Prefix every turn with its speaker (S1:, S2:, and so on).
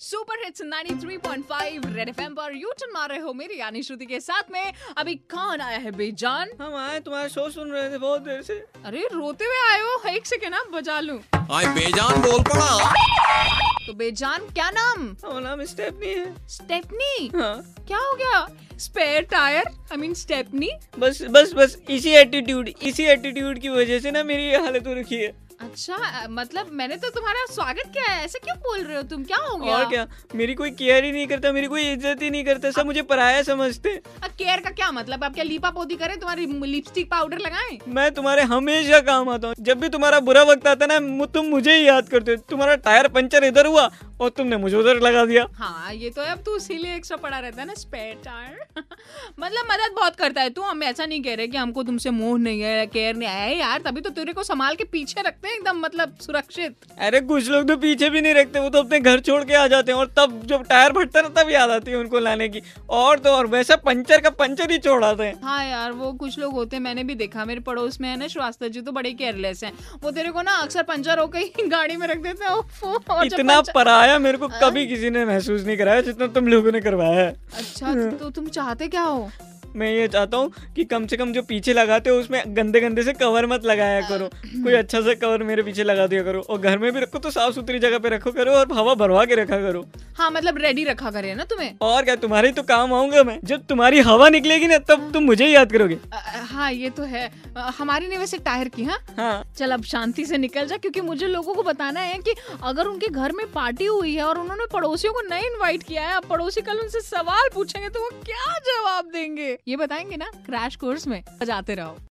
S1: Super hits 93.5 red FM पर U turn मार रहे हो मेरी यानी श्रुति के साथ में अभी कौन आया है बेजान
S2: हम आए तुम्हारा शो सुन रहे थे बहुत देर से
S1: अरे रोते हुए आए हो एक सेकेंड ना बजा लूं
S3: आए बेजान बोल पड़ा
S1: तो बेजान क्या नाम
S2: हमारा नाम स्टेपनी है
S1: स्टेपनी
S2: हाँ
S1: क्या हो गया spare tyre I mean stepney
S2: बस बस बस इसी एटीट्यूड इसी एटीट्यूड की वजह से ना मेरी ये हालत हो रखी है
S1: अच्छा अ, मतलब मैंने तो तुम्हारा स्वागत किया है ऐसे क्यों बोल रहे हो तुम क्या हो गया
S2: और क्या मेरी कोई केयर ही नहीं करता मेरी कोई इज्जत ही नहीं करता सब मुझे पराया समझते
S1: केयर का क्या मतलब आप क्या लीपा पोती करें तुम्हारी लिपस्टिक पाउडर लगाएं
S2: मैं तुम्हारे हमेशा काम आता हूँ जब भी तुम्हारा बुरा वक्त आता है ना मु- तुम मुझे ही याद करते हो तुम्हारा टायर पंचर इधर हुआ और तुमने मुझे उधर लगा दिया
S1: हाँ ये तो है, अब तू इसीलिए एक्स्ट्रा पड़ा रहता है ना स्पेयर टायर मतलब मदद बहुत करता है तू हम ऐसा नहीं कह रहे कि हमको तुमसे मोह नहीं है केयर नहीं है यार तभी तो तेरे को संभाल के पीछे रखते हैं एकदम मतलब सुरक्षित
S2: अरे कुछ लोग तो पीछे भी नहीं रखते वो तो अपने घर छोड़ के आ जाते हैं और तब जब टायर फटता है ना तब याद आती है उनको लाने की और तो और वैसा पंचर का पंचर ही छोड़ाते हैं
S1: हाँ यार वो कुछ लोग होते हैं मैंने भी देखा मेरे पड़ोस में है ना श्रीवास्तव जी तो बड़े केयरलेस हैं वो तेरे को ना अक्सर पंचर होकर ही गाड़ी में रख देते हैं ओफो, और जब हाँ।
S2: इतना
S1: पंचर-
S2: पराया मेरे को कभी किसी ने महसूस नहीं कराया जितना तुम लोगों ने करवाया है
S1: अच्छा तो- तो तुम चाहते क्या हो
S2: मैं ये चाहता हूँ कि कम से कम जो पीछे लगाते हो उसमें गंदे गंदे से कवर मत लगाया
S1: हाँ।
S2: करो कोई अच्छा सा कवर मेरे पीछे लगा दिया करो और घर में भी रखो तो साफ सुथरी जगह पे रखो करो और हवा भरवा के रखा करो
S1: हाँ मतलब रेडी रखा करे ना तुम्हें
S2: और क्या तुम्हारे तो काम आऊंगा मैं जब तुम्हारी हवा निकलेगी ना तब तुम मुझे ही याद करोगे
S1: अ, हाँ ये तो है अ, हमारी ने वैसे टायर की हाँ
S2: हाँ
S1: चल अब शांति से निकल जा क्योंकि मुझे लोगों को बताना है कि अगर उनके घर में पार्टी हुई है और उन्होंने पड़ोसियों को नहीं इनवाइट किया है अब पड़ोसी कल उनसे सवाल पूछेंगे तो वो क्या जवाब देंगे ये बताएंगे ना क्रैश कोर्स में बजाते रहो